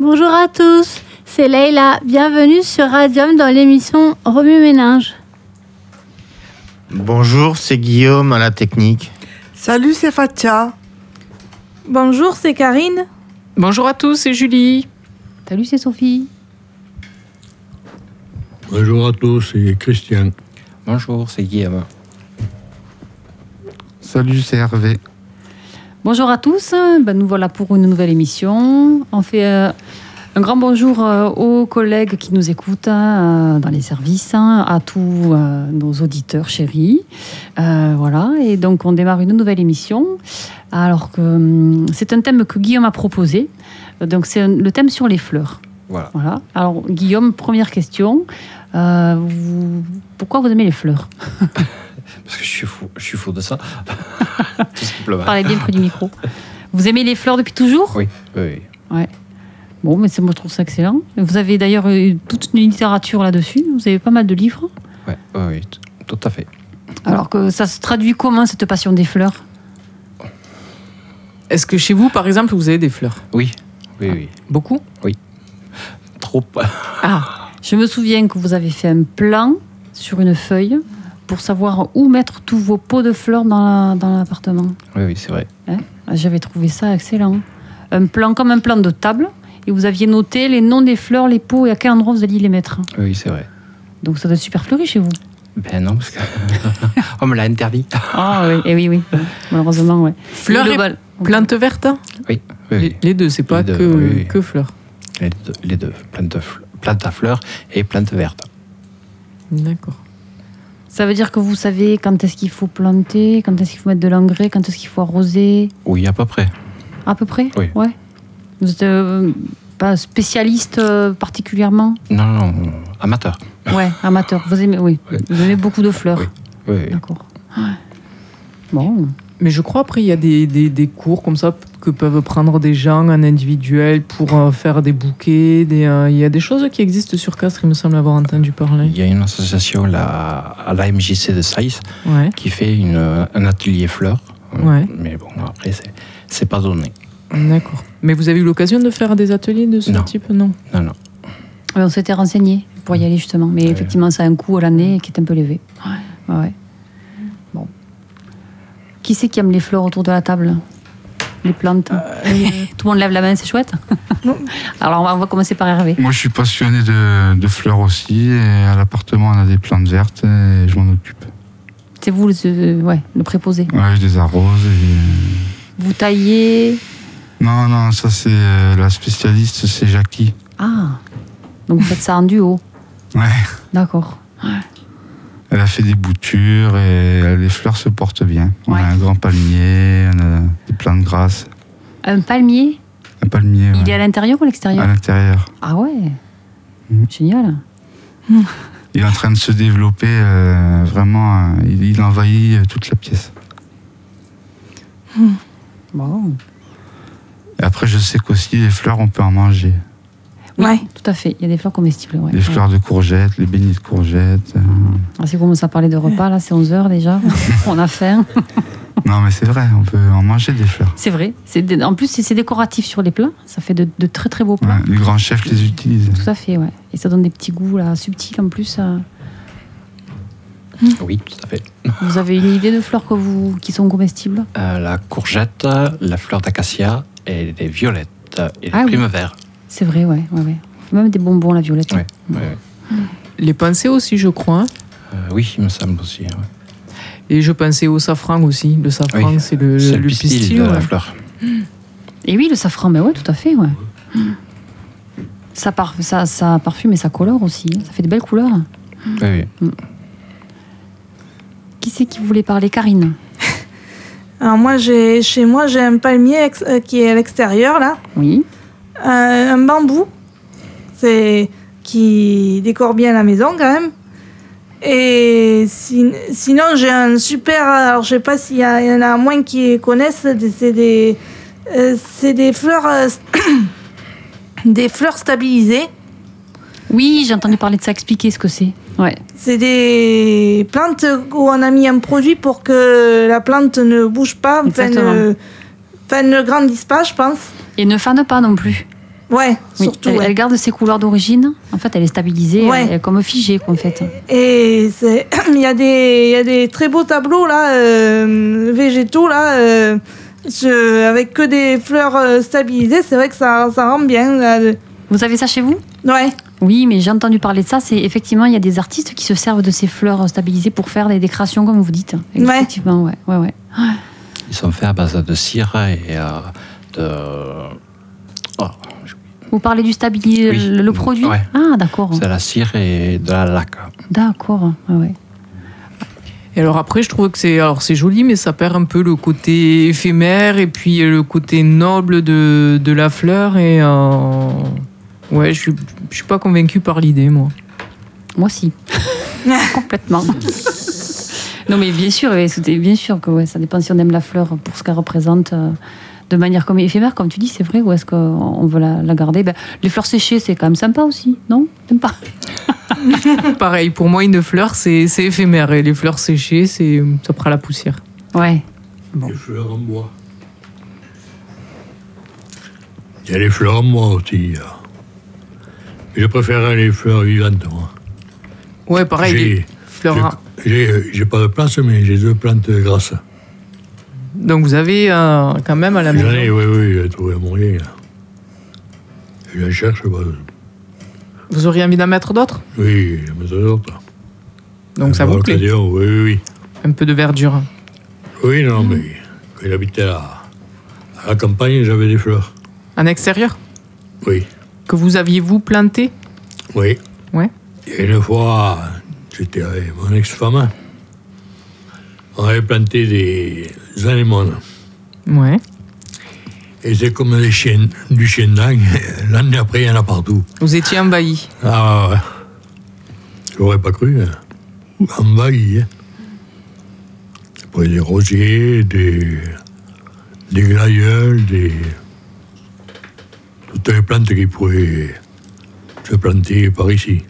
Bonjour à tous, c'est Leïla. Bienvenue sur Radium dans l'émission Remue Ménage. Bonjour, c'est Guillaume à la technique. Salut, c'est Fatia. Bonjour, c'est Karine. Bonjour à tous, c'est Julie. Salut, c'est Sophie. Bonjour à tous, c'est Christian. Bonjour, c'est Guillaume. Salut, c'est Hervé. Bonjour à tous, ben, nous voilà pour une nouvelle émission. On fait euh, un grand bonjour euh, aux collègues qui nous écoutent euh, dans les services, hein, à tous euh, nos auditeurs chéris. Euh, voilà, et donc on démarre une nouvelle émission. Alors que hum, c'est un thème que Guillaume a proposé, donc c'est un- le thème sur les fleurs. Voilà. Voilà. Alors Guillaume, première question. Euh, vous- pourquoi vous aimez les fleurs Parce que je suis fou, je suis fou de ça. Tout simplement. Parlez bien près du micro. Vous aimez les fleurs depuis toujours Oui, oui. Bon, mais c'est- moi je trouve ça excellent. Vous avez d'ailleurs euh, toute une littérature là-dessus. Vous avez pas mal de livres. Ouais, oui, oui, t- tout à fait. Alors que ça se traduit comment cette passion des fleurs Est-ce que chez vous, par exemple, vous avez des fleurs Oui, oui, oui. Beaucoup Ah, Trop. Ah, Je me souviens que vous avez fait un plan sur une feuille pour savoir où mettre tous vos pots de fleurs dans la- dans l'appartement. Oui, oui, c'est vrai. Ah, J'avais trouvé ça excellent. Un plan comme un plan de table. Et vous aviez noté les noms des fleurs, les pots et à quel endroit vous alliez les mettre. Oui, oui, c'est vrai. Donc ça doit être super fleuri chez vous. Ben non, parce que on me l'a interdit. Ah oui, et oui, oui. Malheureusement, ouais. fleurs Le et global. plantes vertes hein Oui, Les- oui. Les deux, c'est pas Les deux, que, oui, oui. que fleurs. Les deux, les deux. Plante, fl- plante à fleurs et plante verte. D'accord. Ça veut dire que vous savez quand est-ce qu'il faut planter, quand est-ce qu'il faut mettre de l'engrais, quand est-ce qu'il faut arroser, Oui, à peu près. à peu près Oui. Ouais. Vous êtes euh, pas spécialiste euh, particulièrement Non, non, non, amateur. Ouais, amateur. Vous aimez, oui. Ouais. Vous aimez beaucoup de fleurs. Oui, oui. D'accord. Ouais. Bon. Mais je crois après, il y a des, des- des cours comme ça que peuvent prendre des gens en individuel pour euh, faire des bouquets. des, euh, Il y a des choses qui existent sur Castres, il me semble avoir entendu parler. Il y a une association là, à la MJC de Saïs Ouais. qui fait une, un atelier fleurs. Ouais. Mais bon, après, c'est- c'est pas donné. D'accord. Mais vous avez eu l'occasion de faire des ateliers de ce Non. type Non. Non, non. Ouais, Euh, on s'était renseigné pour y aller justement, mais Ouais. effectivement, ça a un coût à l'année qui est un peu élevé. Ouais, ouais. Bon. Qui c'est qui aime les fleurs autour de la table Les plantes Tout le monde lève la main, c'est chouette Alors on va, on va commencer par Hervé. Moi, je suis passionné de, de fleurs aussi. Et à l'appartement, on a des plantes vertes et je m'en occupe. C'est vous le, ce- ouais, le préposé. Ouais, je les arrose. et- euh, Vous taillez. Non, non, ça, c'est euh, la spécialiste, c'est Jackie. Ah Donc vous faites ça en duo Ouais. D'accord. Elle a fait des boutures et euh, les fleurs se portent bien. On Ouais. a un grand palmier, on a des plantes grasses. Un palmier, Un palmier, il ouais, est à l'intérieur ou à à l'extérieur l'intérieur. Ah ouais Mhm. Génial. Il est en train de se développer, euh, vraiment, euh, il, il envahit euh, toute la pièce. Bon. Et après, je sais qu'aussi, les fleurs, on peut en manger. Oui, Ouais. Tout à fait. Il y a des fleurs comestibles. ouais. Les Ouais. fleurs de courgettes, les beignets de courgettes. euh. Ah, si vous commencez à parler de repas, là, c'est 11h déjà. on a faim. Non, mais c'est vrai, on peut en manger des fleurs. C'est vrai. C'est dé- En plus, c'est c'est décoratif sur les plats. Ça fait de, de très, très beaux Ouais, plats. les grands chefs les utilisent. Tout à fait, ouais. Et ça donne des petits goûts, là, subtils en plus. euh. Oui, tout à fait. Vous avez une idée de fleurs que vous, qui sont comestibles Euh, la courgette, la fleur d'acacia et les violettes et les Ah oui. primes verts. C'est vrai, ouais, ouais, ouais. Même des bonbons, la violette. Ouais, ouais, ouais. Les pensées aussi, je crois. hein. Euh, oui, il me semble aussi. ouais. Et je pensais au safran aussi. Le safran, Oui. c'est le, C'est le pistil. de ouais. la fleur. Et oui, le safran, mais ouais, tout à fait, ouais. Ça, par- ça, ça parfume et ça colore aussi. hein. Ça fait de belles couleurs. Mm. Oui, oui. Qui c'est qui voulait parler Karine Alors moi, j'ai chez moi, j'ai un palmier ex- euh, qui est à l'extérieur là, Oui. Euh, un bambou, c'est qui décore bien la maison quand même. Et sin- sinon, j'ai un super. Alors je sais pas s'il y, a- il y en a moins qui connaissent. des- C'est des, euh, c'est des fleurs, euh, des fleurs stabilisées. Oui, j'ai entendu parler de ça, expliquer ce que c'est. Ouais. C'est des plantes où on a mis un produit pour que la plante ne bouge pas, enfin Exactement. ne, enfin, ne grandisse pas, je pense. Et ne fane pas non plus. Ouais, Oui, surtout. elle, ouais. elle garde ses couleurs d'origine. En fait, elle est stabilisée, Ouais. elle est comme figée, quoi, en fait. Et c'est- il y, a des- il y a des très beaux tableaux là, euh, végétaux là, euh, ce- avec que des fleurs euh, stabilisées. C'est vrai que ça, ça rend bien. là, le- Vous avez ça chez vous Ouais, Oui, mais j'ai entendu parler de ça. C'est effectivement, il y a des artistes qui se servent de ces fleurs stabilisées pour faire des décorations, comme vous dites. Ouais. Effectivement, ouais, ouais, ouais. Ils sont faits à base de cire et euh, de. oh, Vous parlez du stabilisé, Oui. le, le produit Ouais. Ah, d'accord. c'est de la cire et de la laque. D'accord. ouais, ouais. Et alors après, je trouve que c'est alors c'est joli, mais ça perd un peu le côté éphémère et puis le côté noble de, de la fleur. Et euh, ouais, je suis je suis pas convaincu par l'idée, moi. Moi aussi. Complètement. non, mais bien sûr, et c'était- bien sûr que ouais, ça dépend si on aime la fleur pour ce qu'elle représente. euh, de manière comme éphémère, comme tu dis, c'est vrai, ou est-ce qu'on on veut la, la garder Ben, Les fleurs séchées, c'est quand même sympa aussi, non T'aimes pas Pareil, pour moi, une fleur, c'est c'est éphémère. Et les fleurs séchées, c'est ça prend la poussière. Ouais. Les fleurs en bois. Il y a les fleurs en bois aussi. euh. Mais je préférerais les fleurs vivantes, moi. Ouais, pareil, les J'ai- fleurs. hein. j'ai- J'ai euh, j'ai pas de place, mais j'ai deux plantes grasses. Donc vous avez euh, quand même à la J'en maison. ai, oui, oui, j'ai trouvé un moyen. là. Je la cherche, bah, Vous auriez envie d'en mettre d'autres oui, j'aime ça d'autres. Donc ça Par vous plaît. l'occasion, Oui, oui, oui. Un peu de verdure. Oui, non, Mmh. mais quand j'habitais à, à la campagne, j'avais des fleurs. En extérieur Oui, que vous aviez vous planté oui. Ouais. Et une fois, j'étais avec mon ex-femme. On avait planté des anémones. Ouais. Et c'est comme des chiens, du chien d'âne. L'année après, il y en a partout. Vous étiez envahi. Ah ouais, ouais. J'aurais pas cru. Hein. Envahi. Hein. Après des rosiers, des. des glaïeuls, des. toutes les plantes qui pourraient se planter par ici.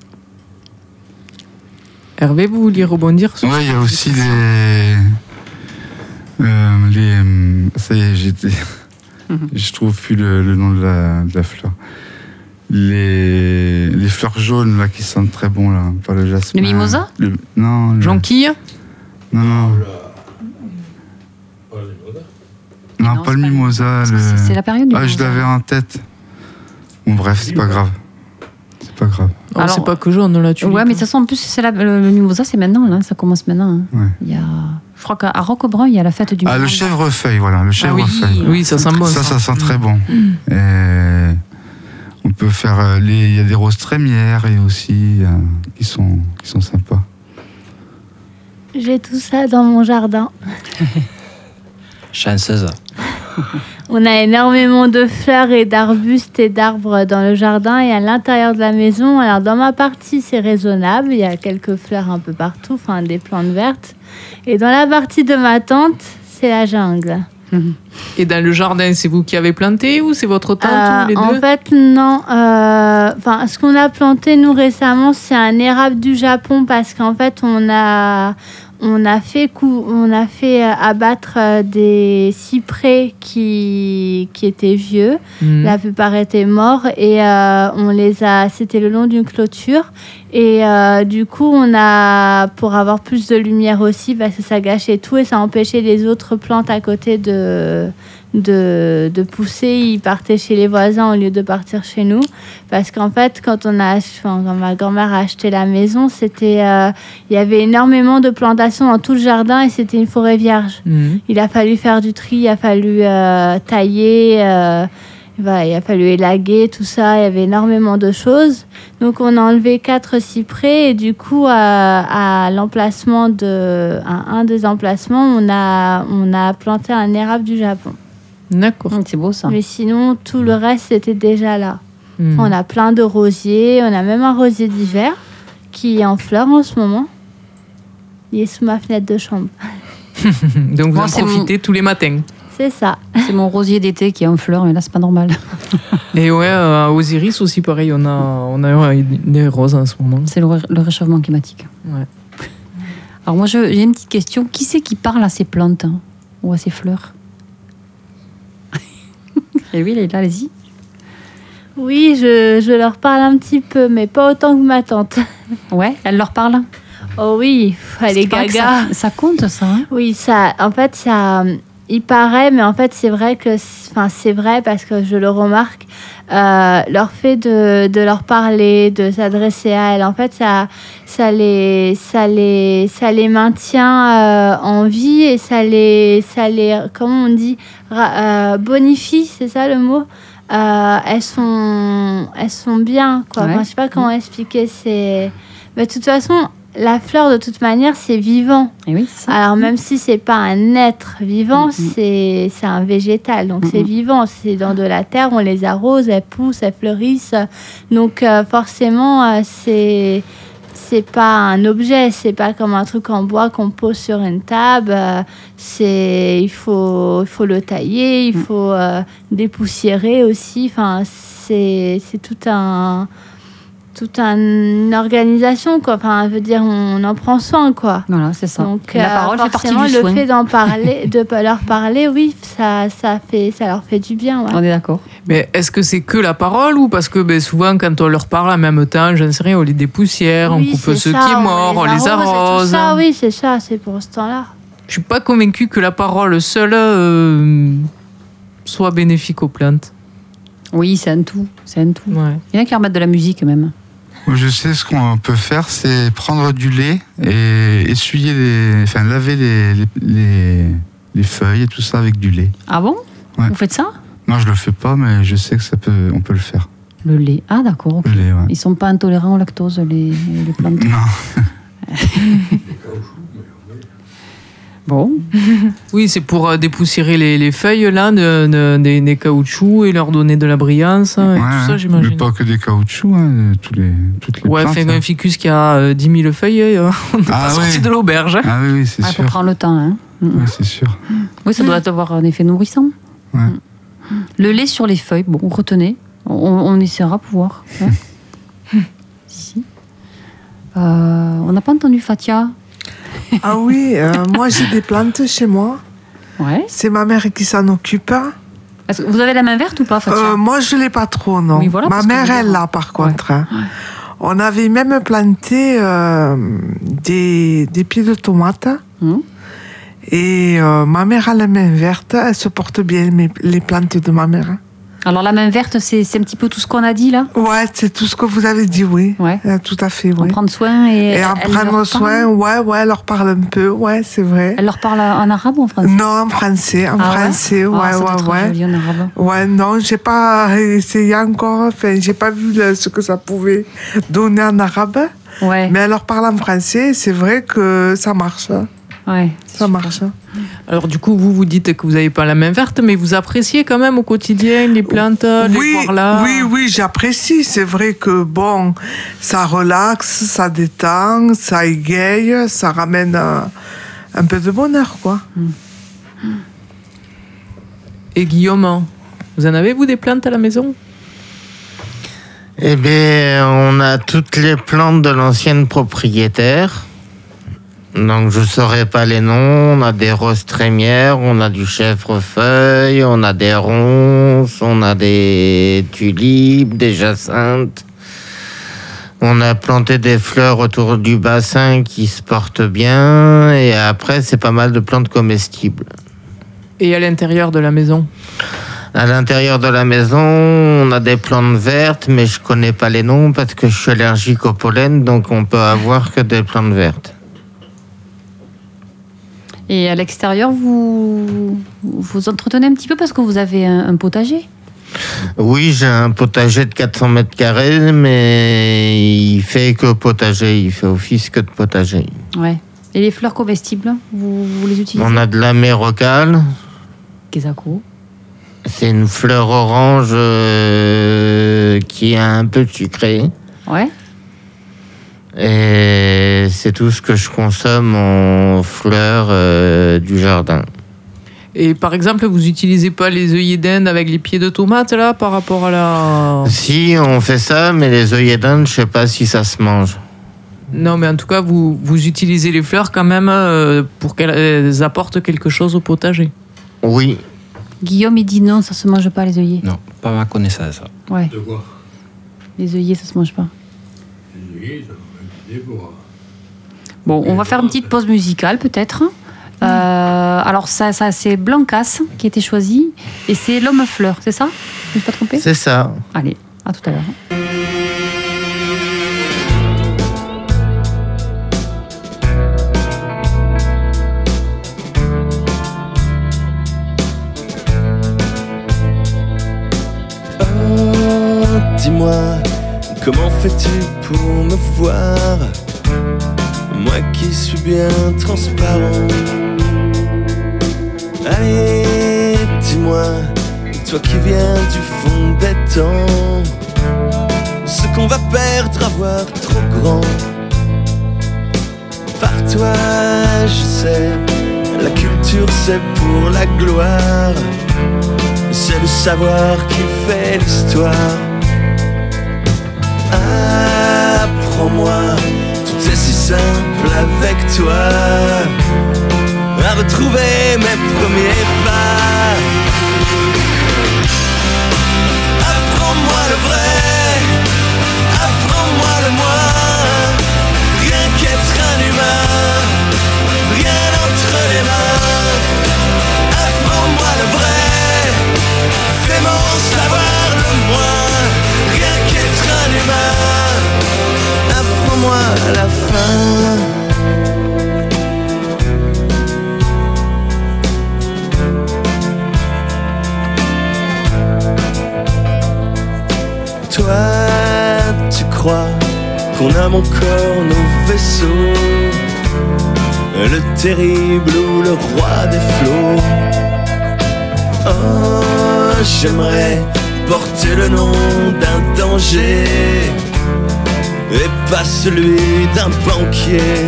Hervé, vous vouliez rebondir sur Ouais, il y a aussi des. euh, les. hum, Ça y est, j'étais. Mhm. Je trouve plus le, le nom de la, de la fleur. Les, les fleurs jaunes là qui sentent très bon là, pas le jasmin. Le mimosa Le- Non. le- Jonquille Oh, Non, non, non, pas Non, le c'est pas le- mimosa. C'est- le- c'est- C'est la période du Ah, je mimosa. l'avais en tête. Bon, bref, c'est pas grave. C'est pas grave. Oh, Alors- c'est pas que jaune là, tu Ouais, mais de toute façon, en plus, c'est la- le, le mimosa, c'est maintenant, là, ça commence maintenant. hein. Ouais. Il y a, je crois qu'à à Roquebrun, il y a la fête du Ah, le mimosa. Ah chèvrefeuille, voilà, le oui. chèvrefeuille. Oui, ça sent bon. ça, ça sent très bon. Mm. Et Euh, on peut faire. euh, les- Il y a des roses trémières et aussi euh, qui, sont, qui sont sympas. J'ai tout ça dans mon jardin. Chanceuse. On a énormément de fleurs et d'arbustes et d'arbres dans le jardin et à l'intérieur de la maison. Alors dans ma partie, c'est raisonnable. Il y a quelques fleurs un peu partout, enfin des plantes vertes. Et dans la partie de ma tante, c'est la jungle. Et dans le jardin, c'est vous qui avez planté ou c'est votre tante Euh, ou les en deux fait, non. euh, Enfin, ce qu'on a planté nous récemment, c'est un érable du Japon parce qu'en fait, on a on a fait cou- on a fait euh, abattre euh, des cyprès qui qui étaient vieux. Hmm. La plupart étaient morts et euh, on les a. C'était le long d'une clôture et euh, du coup on a pour avoir plus de lumière aussi parce que ça gâchait tout et ça empêchait les autres plantes à côté de de, de pousser. Ils partaient chez les voisins au lieu de partir chez nous parce qu'en fait quand on a enfin, quand ma grand-mère a acheté la maison c'était euh, il y avait énormément de plantations dans tout le jardin et c'était une forêt vierge. Hmm. Il a fallu faire du tri, il a fallu euh, tailler, euh, voilà, il a fallu élaguer, tout ça. Il y avait énormément de choses. Donc on a enlevé quatre cyprès et du coup euh, à l'emplacement de à un des emplacements, on a on a planté un érable du Japon. D'accord. Hum, C'est beau, ça. Mais sinon tout le reste c'était déjà là. Hmm. On a plein de rosiers, on a même un rosier d'hiver qui est en fleurs en ce moment. Il est sous ma fenêtre de chambre. Donc vous Moi, en c'est profitez tous les matins. C'est ça. C'est mon rosier d'été qui est en fleurs, mais là, c'est pas normal. Et ouais, euh, Osiris aussi, pareil, on a, on a eu des roses en ce moment. C'est le, ré- le réchauffement climatique. Ouais. Alors, moi, je- j'ai une petite question. Qui c'est qui parle à ces plantes hein, ou à Eh ces fleurs Et oui, là, allez-y. Oui, je, je leur parle un petit peu, mais pas autant que ma tante. Ouais, elle leur parle. Oh oui, pff, elle est Parce qu'il gaga. paraît que Ça, ça compte, ça. hein Oui, ça, en fait, ça, euh, il paraît, mais en fait, c'est vrai que, c'est- enfin, c'est vrai parce que je le remarque. euh, leur fait de, de leur parler, de s'adresser à elles, en fait, ça, ça les, ça les, ça les maintient euh, en vie et ça les, ça les, comment on dit, ra- euh, bonifie, c'est ça le mot. Euh, elles sont, elles sont bien, quoi. Ouais. Enfin, je sais pas comment expliquer. C'est, mais de toute façon, la fleur, de toute manière, c'est vivant. Eh oui, c'est ça. Alors même si c'est pas un être vivant, Mm, mm. c'est c'est un végétal, donc Mm, c'est mm. vivant, c'est dans de la terre, on les arrose, elles poussent, elles fleurissent, donc euh, forcément euh, c'est c'est pas un objet, c'est pas comme un truc en bois qu'on pose sur une table. euh, c'est il faut il faut le tailler, il Mm. faut euh, dépoussiérer aussi. Enfin c'est c'est tout un tout un une organisation quoi. Enfin je veux dire on en prend soin quoi. Voilà, c'est ça. Donc, la euh, parole fait partie forcément, du le soin. fait d'en parler, de pa- leur parler, oui, ça, ça, fait, ça leur fait du bien. ouais. On est d'accord. Mais est-ce que c'est que la parole ou parce que ben, souvent quand on leur parle en même temps, je ne sais rien, on les dépoussière, Oui, on coupe c'est ce ça, qui est mort, on les et tout arrose. ça, oui, c'est ça, c'est pour ce temps-là. Je suis pas convaincu que la parole seule euh, soit bénéfique aux plantes. Oui, c'est un tout. C'est un tout. Ouais. Il y en a qui leur mettent de la musique, même. Moi, Je sais ce qu'on peut faire, c'est prendre du lait et essuyer, les, enfin laver les, les, les- les feuilles et tout ça avec du lait. Ah bon Ouais. Vous faites ça Non, je le fais pas, mais je sais que ça peut, on peut le faire. Le lait. Ah d'accord, ok. Le lait, ouais. Ils sont pas intolérants au lactose, les, les plantes. Non, Bon, Oui, c'est pour euh, dépoussiérer les, les feuilles là, de- de- des, des caoutchoucs et leur donner de la brillance hein, et ouais, tout ça, hein. j'imagine. Mais pas que des caoutchoucs, hein, tous les, toutes les Ouais, plantes. fait hein. un ficus qui a euh, 10 000 feuilles, euh, on n'est Ah pas sorti ouais. de l'auberge. hein. Ah oui, oui, c'est il faut sûr. prendre le temps. Hein. Mm. Ouais, c'est sûr. Oui, ça doit avoir un effet nourrissant. Ouais. Mm. Le lait sur les feuilles, bon, retenez. On, on essaiera pour voir. hein. si. Euh, on n'a pas entendu Fatia. Ah oui, euh, moi j'ai des plantes chez moi. Ouais. C'est ma mère qui s'en occupe. Est-ce que vous avez la main verte ou pas, Fatia Euh, moi je l'ai pas trop, non. Oui, voilà, ma parce que mère, je veux elle dire- l'a par contre. hein. On avait même planté euh, des, des pieds de tomates. Hum. Et euh, ma mère a la main verte. Elle se porte bien, mes- les plantes de ma mère. hein. Alors la main verte, c'est c'est un petit peu tout ce qu'on a dit là. Ouais, c'est tout ce que vous avez dit, oui. Ouais. Euh, tout à fait, En oui. prendre soin et. Et en elle leur prendre parle. soin, ouais, ouais, elle leur parle un peu, ouais, c'est vrai. Elle leur parle en arabe ou en français Non, en français, en Ah ouais français, Ah, ouais, ça doit ouais, être ouais. joli en arabe. Ouais, non, j'ai pas essayé encore, enfin, j'ai pas vu le- ce que ça pouvait donner en arabe, Ouais, mais elle leur parle en français, c'est vrai que ça marche, hein, ouais. ça marche. hein. Alors du coup, vous vous dites que vous n'avez pas la main verte, mais vous appréciez quand même au quotidien les plantes, les Oui, voir là. oui, oui, j'apprécie, c'est vrai que bon, ça relaxe, ça détend, ça égaye, ça ramène euh, un peu de bonheur, quoi. Mm. Et Guillaume, hein, vous en avez vous des plantes à la maison Eh bien, on a toutes les plantes de l'ancienne propriétaire. Donc, je ne saurais pas les noms. On a des roses trémières, on a du chèvrefeuille, on a des ronces, on a des tulipes, des jacinthes. On a planté des fleurs autour du bassin qui se portent bien. Et après, c'est pas mal de plantes comestibles. Et à l'intérieur de la maison À l'intérieur de la maison, on a des plantes vertes, mais je connais pas les noms parce que je suis allergique au pollen, donc on peut avoir que des plantes vertes. Et à l'extérieur, vous vous entretenez un petit peu parce que vous avez un, un potager. Oui, j'ai un potager de 400 mètres carrés, mais il fait que potager, il fait office que de potager. Ouais. Et les fleurs comestibles, vous, vous les utilisez On a de la mérocale, Kesako. c'est une fleur orange euh, qui est un peu sucrée. Ouais. Et c'est tout ce que je consomme en fleurs euh, du jardin. Et par exemple, vous n'utilisez pas les œillets d'Inde avec les pieds de tomate là par rapport à la. Si, on fait ça, mais les œillets d'Inde, je sais pas si ça se mange. Non, mais en tout cas, vous, vous utilisez les fleurs quand même euh, pour qu'elles apportent quelque chose au potager. Oui. Guillaume, il dit non, ça se mange pas les œillets. Non, pas ma connaissance. Ouais, De quoi les œillets, ça se mange pas. Une euh, guise, un petit déboire. Bon, on va faire une petite pause musicale peut-être. Euh, alors ça, ça c'est Blancas qui a été choisi et c'est l'homme fleur, c'est ça Je ne suis pas trompée C'est ça. Allez, à tout à l'heure. Oh, dis-moi, comment fais-tu pour me voir Moi qui suis bien transparent. Allez, dis-moi, toi qui viens du fond des temps, ce qu'on va perdre à voir trop grand. Par toi, je sais, la culture c'est pour la gloire. C'est le savoir qui fait l'histoire. Apprends-moi, tout est si simple avec toi. À retrouver mes premiers pas. Apprends-moi le vrai, apprends-moi le moi. Rien qu'être un humain, rien entre les mains. Apprends-moi le vrai. Fais-moi savoir le moins, rien qu'être un humain. Apprends-moi à la fin. Toi, tu crois qu'on a mon corps, nos vaisseaux, le terrible ou le roi des flots. Oh, j'aimerais porter le nom d'un danger et pas celui d'un banquier.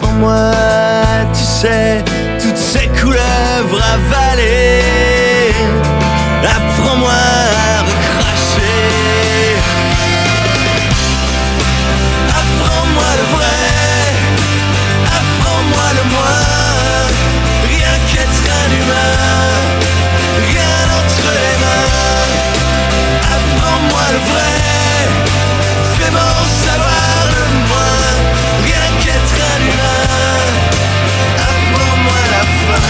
En moi, tu sais, toutes ces couleuvres avalées. Apprends-moi à recracher. Apprends-moi le vrai. Apprends-moi le moi, rien qu'être un humain, rien entre les mains. Apprends-moi le vrai, fais-moi en savoir le moins, rien qu'être un humain, apprends-moi la fin.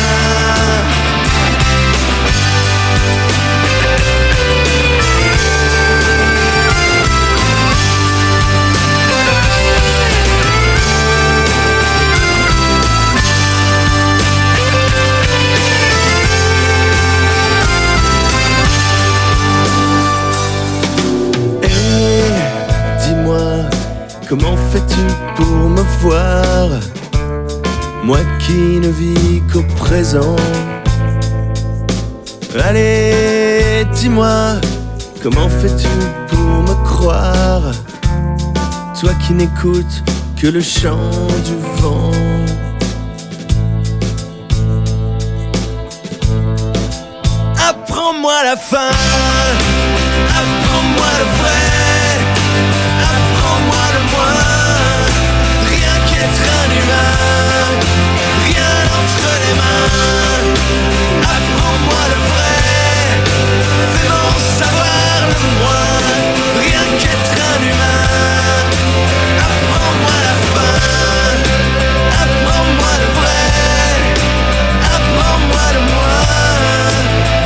Et Eh, dis-moi, comment fais-tu pour me voir Moi qui ne vis qu'au présent. Allez, dis-moi, comment fais-tu pour me croire Toi qui n'écoutes que le chant du vent. Apprends-moi la fin. Apprends-moi le vrai. Apprends-moi le moins. Rien qu'être un humain. Rien entre les mains. Apprends-moi le vrai. Fais-moi en savoir le moins. Rien qu'être un humain. Apprends-moi la fin. Apprends-moi le vrai. Apprends-moi le moi,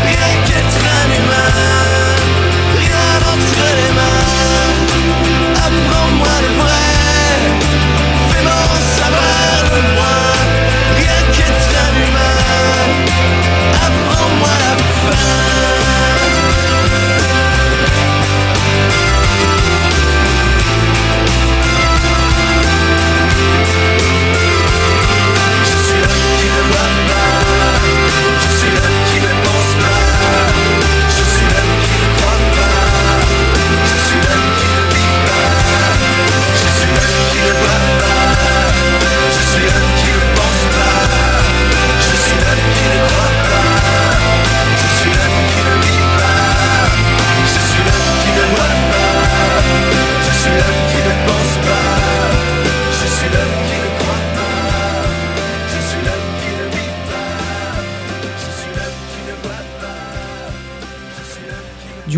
rien qu'être un humain, rien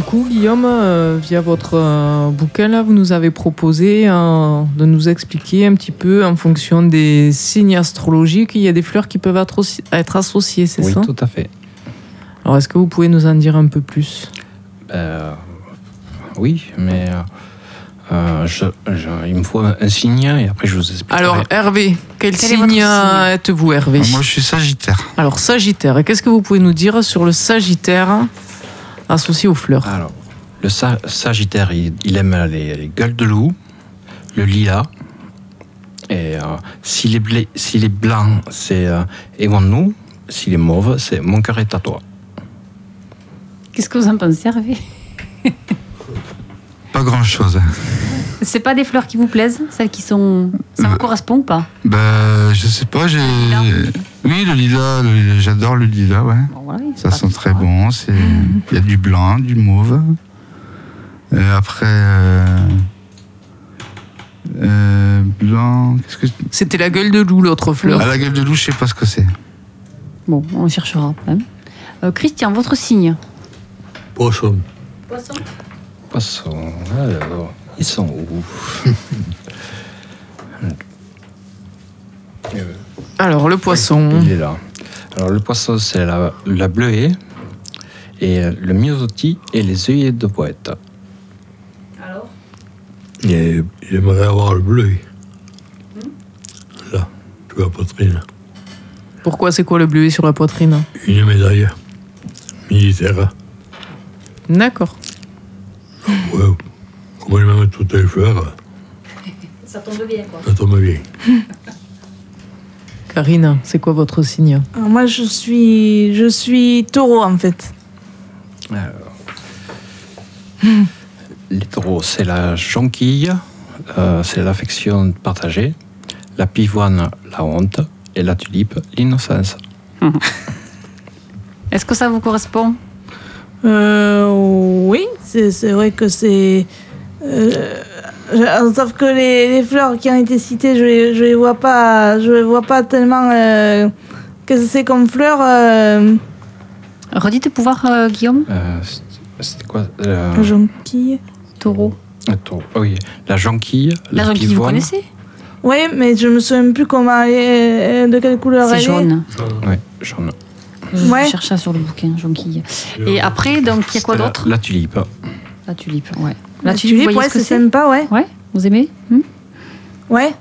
coup, Guillaume, euh, via votre euh, bouquin, là, vous nous avez proposé euh, de nous expliquer un petit peu, en fonction des signes astrologiques, il y a des fleurs qui peuvent être, aussi- être associées, c'est Oui, ça tout à fait. Alors, est-ce que vous pouvez nous en dire un peu plus Euh, oui, mais euh, euh, je- je- il me faut un un signe et après je vous expliquerai. Alors, Hervé, Quel quel est signe, votre signe euh, êtes-vous, Hervé Moi, je suis Sagittaire. Alors, Sagittaire, et qu'est-ce que vous pouvez nous dire sur le Sagittaire associé aux fleurs Alors, le sa- Sagittaire, il, il aime les, les gueules de loup, le lilas. Et euh, s'il est, blé- s'il est blanc, c'est euh, nous. S'il est mauve, c'est mon cœur est à toi. Qu'est-ce que vous en pensez, Hervé Pas grand-chose. C'est pas des fleurs qui vous plaisent Celles qui sont. Ça vous correspond ou pas Bah, je sais pas, j'ai. Oui, le lilas, le lilas, j'adore le lilas, ouais. ça sent très bon, c'est. Il y a du blanc, du mauve. Euh, après. euh, euh, blanc, qu'est-ce que. C'était la gueule de loup, l'autre fleur. À la gueule de loup, je sais pas ce que c'est. Bon, on cherchera. hein. Euh, Christian, votre signe Poisson. Poisson, alors, ils sont où Alors, le poisson. Il est là. Alors, le poisson, c'est la, la bleuée, et euh, le myosotis et les œillets de poète. euh, Et j'aimerais avoir le bleu. Hmm? Là, tu la poitrine. Pourquoi c'est quoi le bleuet sur la poitrine Une médaille militaire. hein. D'accord. Ouais. Comme je m'aime toutes les fleurs, Ça tombe bien, quoi. hein. ça tombe bien. Karine, c'est quoi votre signe Alors moi, je suis, je suis taureau, en fait. Alors, les taureaux, c'est la jonquille, euh, c'est l'affection partagée, la pivoine, la honte, et la tulipe, l'innocence. Est-ce que ça vous correspond Euh, oui, c'est c'est vrai que c'est... euh, je- sauf que les, les fleurs qui ont été citées, je les, je les vois pas, je les vois pas tellement... euh, Qu'est-ce que c'est comme fleurs euh, Redites pouvoir, euh, Guillaume Euh, c'est- C'était quoi euh, Jonquille. Taureau. attends, oui, la jonquille, La la, jonquille, vous pivoine. connaissez Oui, mais je me souviens plus comment elle est, euh, de quelle couleur C'est elle jaune. Oui, jaune. Je Ouais. cherche ça sur le bouquin, jonquille. Et après, donc, il y a quoi C'était la- d'autre La tulipe. La tulipe, ouais. est. La tulipe, vous voyez ouais, ce que c'est c'est sympa, ouais. Ouais, vous aimez Hmm Ouais.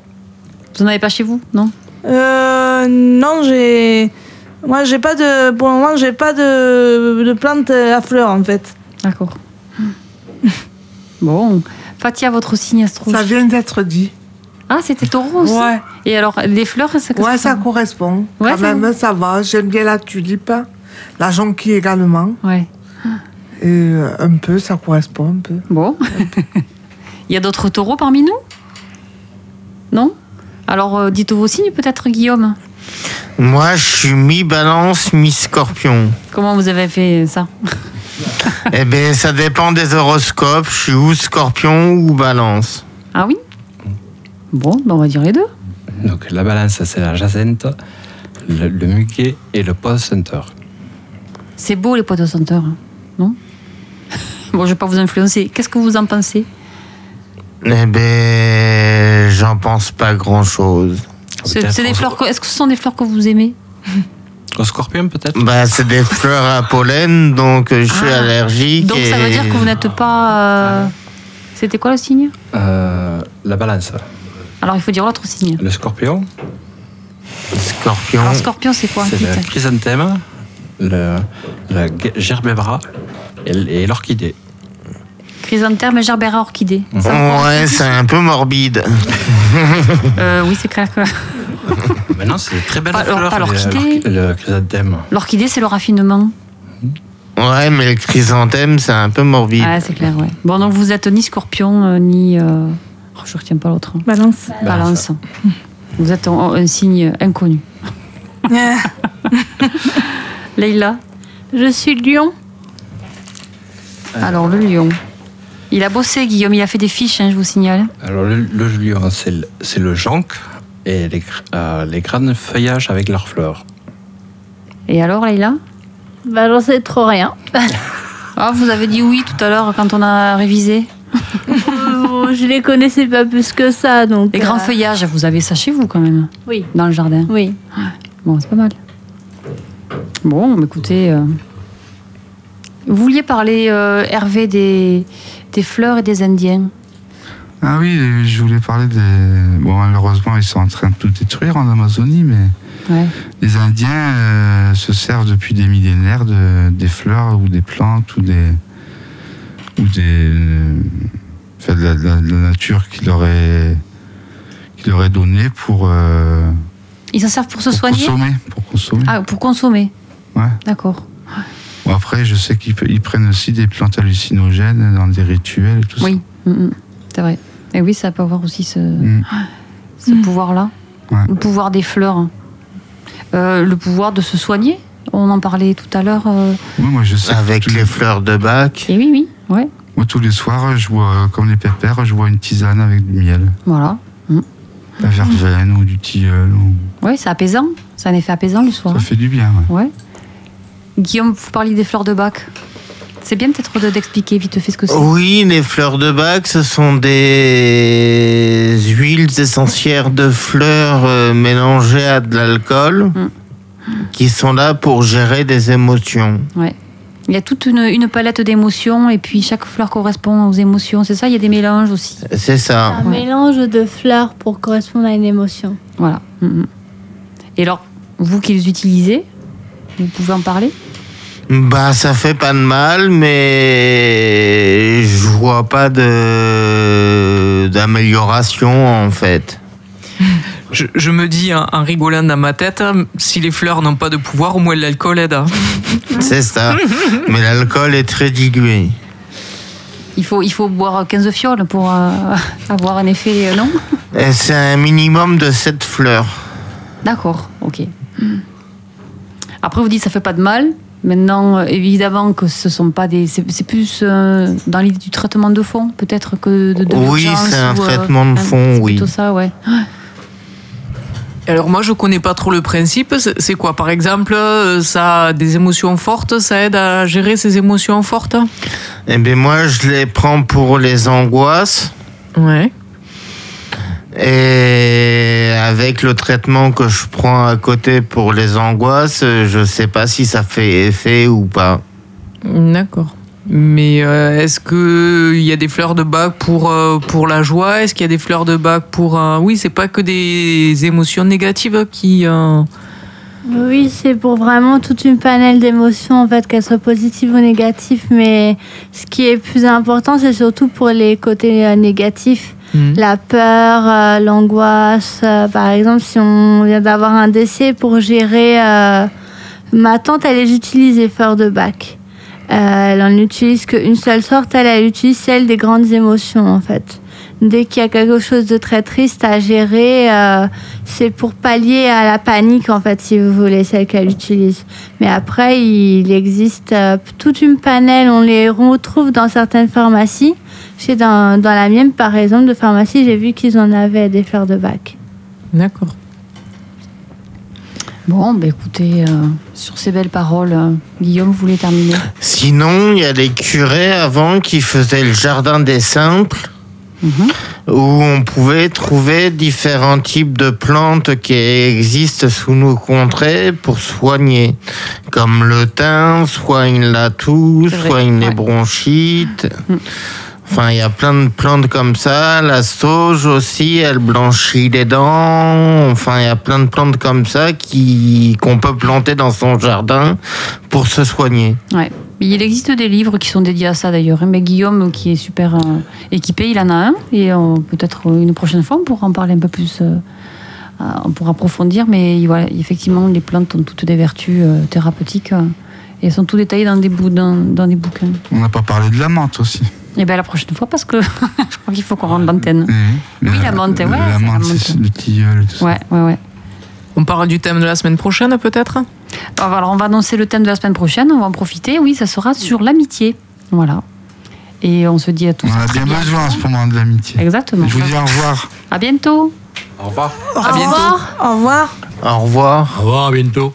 Vous n'en avez pas chez vous, non Euh, non, j'ai. Moi, j'ai pas de. Pour le moment, j'ai pas de, de plante à fleurs, en fait. D'accord. Bon. Fatia, votre signe Ça astrologique. vient d'être dit. Ah, c'était taureau aussi Ouais. Et alors, les fleurs, c'est que Ouais, ça correspond. Ouais, Quand ça- même, ça va. J'aime bien la tulipe, la jonquille également. Ouais. Et euh, un peu, ça correspond un peu. Bon. Il y a d'autres taureaux parmi nous Non Alors, euh, dites vos signes, peut-être, Guillaume. Moi, je suis mi-balance, mi-scorpion. Comment vous avez fait ça eh bien, ça dépend des horoscopes. Je suis ou scorpion ou balance. Ah oui Bon, ben on va dire les deux. Donc la balance, c'est la jacinthe, le, le muguet et le pole center. C'est beau, les potes au senteur, hein, non Bon, je vais pas vous influencer. Qu'est-ce que vous en pensez Eh bien, j'en pense pas grand-chose. C'est Peut-être c'est des en- fleurs. que- Est-ce que ce sont des fleurs que vous aimez Au scorpion, peut-être Bah, c'est des fleurs à pollen, donc euh, je suis Ah. allergique. Donc ça veut et- dire que vous n'êtes pas. euh, C'était quoi le signe Euh, La balance, Alors il faut dire l'autre signe. le scorpion, Scorpion. Alors Scorpion, c'est quoi Ah c'est le dites chrysanthème, le, la ge- gerbébra et, l- et l'orchidée. Chrysanthème, gerbera, orchidée. Ça vous correspond Ouais, c'est un peu morbide. Euh, oui, c'est clair que Maintenant, c'est des très belles Pas- alors, fleurs. pas les- euh, l'orchidée. l'orchi- Le chrysanthème. l'orchidée, c'est le raffinement. Ouais, mais le chrysanthème, c'est un peu morbide. Ah, c'est clair, ouais. Bon, donc vous êtes ni scorpion, euh, ni. euh, oh, je retiens pas l'autre. hein. Balance. Balance. Vous êtes en- en- un signe inconnu. Leïla Je suis lion. Euh. Alors, le lion. Il a bossé, Guillaume, il a fait des fiches, hein, je vous signale. Alors le, le lion, c'est le, c'est le jonc et les, gr- euh, les grands feuillages avec leurs fleurs. Et alors, Leïla Bah, j'en sais trop rien. Ah, vous avez dit oui tout à l'heure quand on a révisé. Bon, Oh, je les connaissais pas plus que ça, donc. Les grands euh, feuillages, vous avez ça chez vous quand même, Oui, dans le jardin. oui. Bon, c'est pas mal. Bon, bah, écoutez, euh, vous vouliez parler, euh, Hervé, des, des fleurs et des Indiens. Ah oui, je voulais parler des. Bon, malheureusement, ils sont en train de tout détruire en Amazonie, mais Ouais. les Indiens euh, se servent depuis des millénaires de, des fleurs ou des plantes ou des. ou des. euh, enfin, de la, de la- de la nature qui leur est. qui leur est donnée pour. euh, Ils s'en servent pour se pour soigner consommer. Pour consommer. Ah, pour consommer. Ouais. D'accord. Bon, après, je sais qu'ils pe- ils prennent aussi des plantes hallucinogènes dans des rituels et tout Oui, Mm, mm. c'est vrai. Et oui, ça peut avoir aussi ce, ça. Mm. ce pouvoir-là. Ouais. Le pouvoir des fleurs. Euh, le pouvoir de se soigner. On en parlait tout à l'heure. euh. Oui, moi, je sais que Avec les fleurs de bac. Et Eh oui, oui. Ouais. Moi, tous les soirs, je bois, euh, comme les pépères, je bois une tisane avec du miel. Voilà. Mm. La Ah. verveine ou du tilleul. ou- Oui, c'est apaisant. C'est un effet apaisant le soir. hein. Ça fait du bien. ouais. Ouais. Guillaume, vous parliez des fleurs de bac. C'est bien peut-être de- d'expliquer vite fait ce que c'est. Oui, les fleurs de bac, ce sont des huiles essentielles de fleurs euh, mélangées à de l'alcool Mm. qui sont là pour gérer des émotions. Ouais. Il y a toute une, une palette d'émotions et puis chaque fleur correspond aux émotions. C'est ça, il y a des mélanges aussi. C'est ça. Un Ouais. mélange de fleurs pour correspondre à une émotion. Voilà. Mhm. Et alors, vous qui les utilisez, vous pouvez en parler Bah, ça fait pas de mal, mais je vois pas de d'amélioration en fait. Je, je me dis en, en rigolant dans ma tête, si les fleurs n'ont pas de pouvoir, au moins l'alcool aide. hein. Mm. C'est ça. mais l'alcool est très dilué. il faut, il faut boire 15 fioles pour euh, avoir un effet, euh, non Et c'est un minimum de 7 fleurs. D'accord, ok. Après, vous dites ça fait pas de mal. Maintenant, euh, évidemment que ce sont pas des, c'est c'est plus euh, dans l'idée du traitement de fond, peut-être que de, de Oui, l'urgence c'est un ou, euh, traitement de hein, fond, c'est oui. Plutôt ça, ouais. Alors moi, je connais pas trop le principe. C'est c'est quoi, par exemple, euh, ça a des émotions fortes, ça aide à gérer ces émotions fortes Eh bien, moi, je les prends pour les angoisses. Ouais. Et avec le traitement que je prends à côté pour les angoisses, euh, je sais pas si ça fait effet ou pas. D'accord. Mais euh, est-ce que il y a des fleurs de bac pour euh, pour la joie Est-ce qu'il y a des fleurs de bac pour euh, oui C'est pas que des émotions négatives qui euh, Oui, c'est pour vraiment toute une panel d'émotions, en fait, qu'elles soient positives ou négatives. Mais ce qui est plus important, c'est surtout pour les côtés euh, négatifs. Mhm. La peur, euh, l'angoisse. euh, par exemple, si on vient d'avoir un décès pour gérer. euh, ma tante, elle les utilise, les fleurs de bac. Euh, elle en utilise qu'une seule sorte, elle, elle utilise celle des grandes émotions, en fait. Dès qu'il y a quelque chose de très triste à gérer, euh, c'est pour pallier à la panique, en fait, si vous voulez, celle qu'elle utilise. Mais après, il existe euh, toute une panel. On les retrouve dans certaines pharmacies. Chez dans, dans la mienne, par exemple, de pharmacie, j'ai vu qu'ils en avaient des fleurs de bac. D'accord. Bon, bah, écoutez, euh, sur ces belles paroles, euh, Guillaume, vous voulez terminer Sinon, il y a les curés avant qui faisaient le jardin des simples, Mhm. où on pouvait trouver différents types de plantes qui existent sous nos contrées pour soigner, comme le thym soigne la toux, C'est vrai, soigne les ouais. Mm. bronchites. Enfin, il y a plein de plantes comme ça. La sauge aussi, elle blanchit les dents. Enfin, il y a plein de plantes comme ça qui qu'on peut planter dans son jardin pour se soigner. Ouais. Il existe des livres qui sont dédiés à ça d'ailleurs. hein. Mais Guillaume, qui est super euh, équipé, il en a un. Et euh, peut-être euh, une prochaine fois, on pourra en parler un peu plus. euh, euh, on pourra approfondir. Mais voilà, effectivement, les plantes ont toutes des vertus euh, thérapeutiques. euh, et elles sont toutes détaillées dans des, bou- dans, dans des bouquins. On n'a pas parlé de la menthe aussi. Et bien la prochaine fois, parce que je crois qu'il faut qu'on rende l'antenne. Eh Oui, la menthe, ouais, c'est la La menthe, menthe. c'est le tilleul et tout ça. Ouais, ouais, ouais. On parle du thème de la semaine prochaine peut-être Ah, bah, Alors, on va annoncer le thème de la semaine prochaine. On va en profiter. Oui, ça sera sur l'amitié. Voilà. Et on se dit à tous. On à a très bien bientôt. besoin en ce moment de l'amitié. Exactement. Je vous dis au revoir. À bientôt. Au revoir. Ah, À bientôt. Au revoir. Au revoir. Au revoir, à bientôt.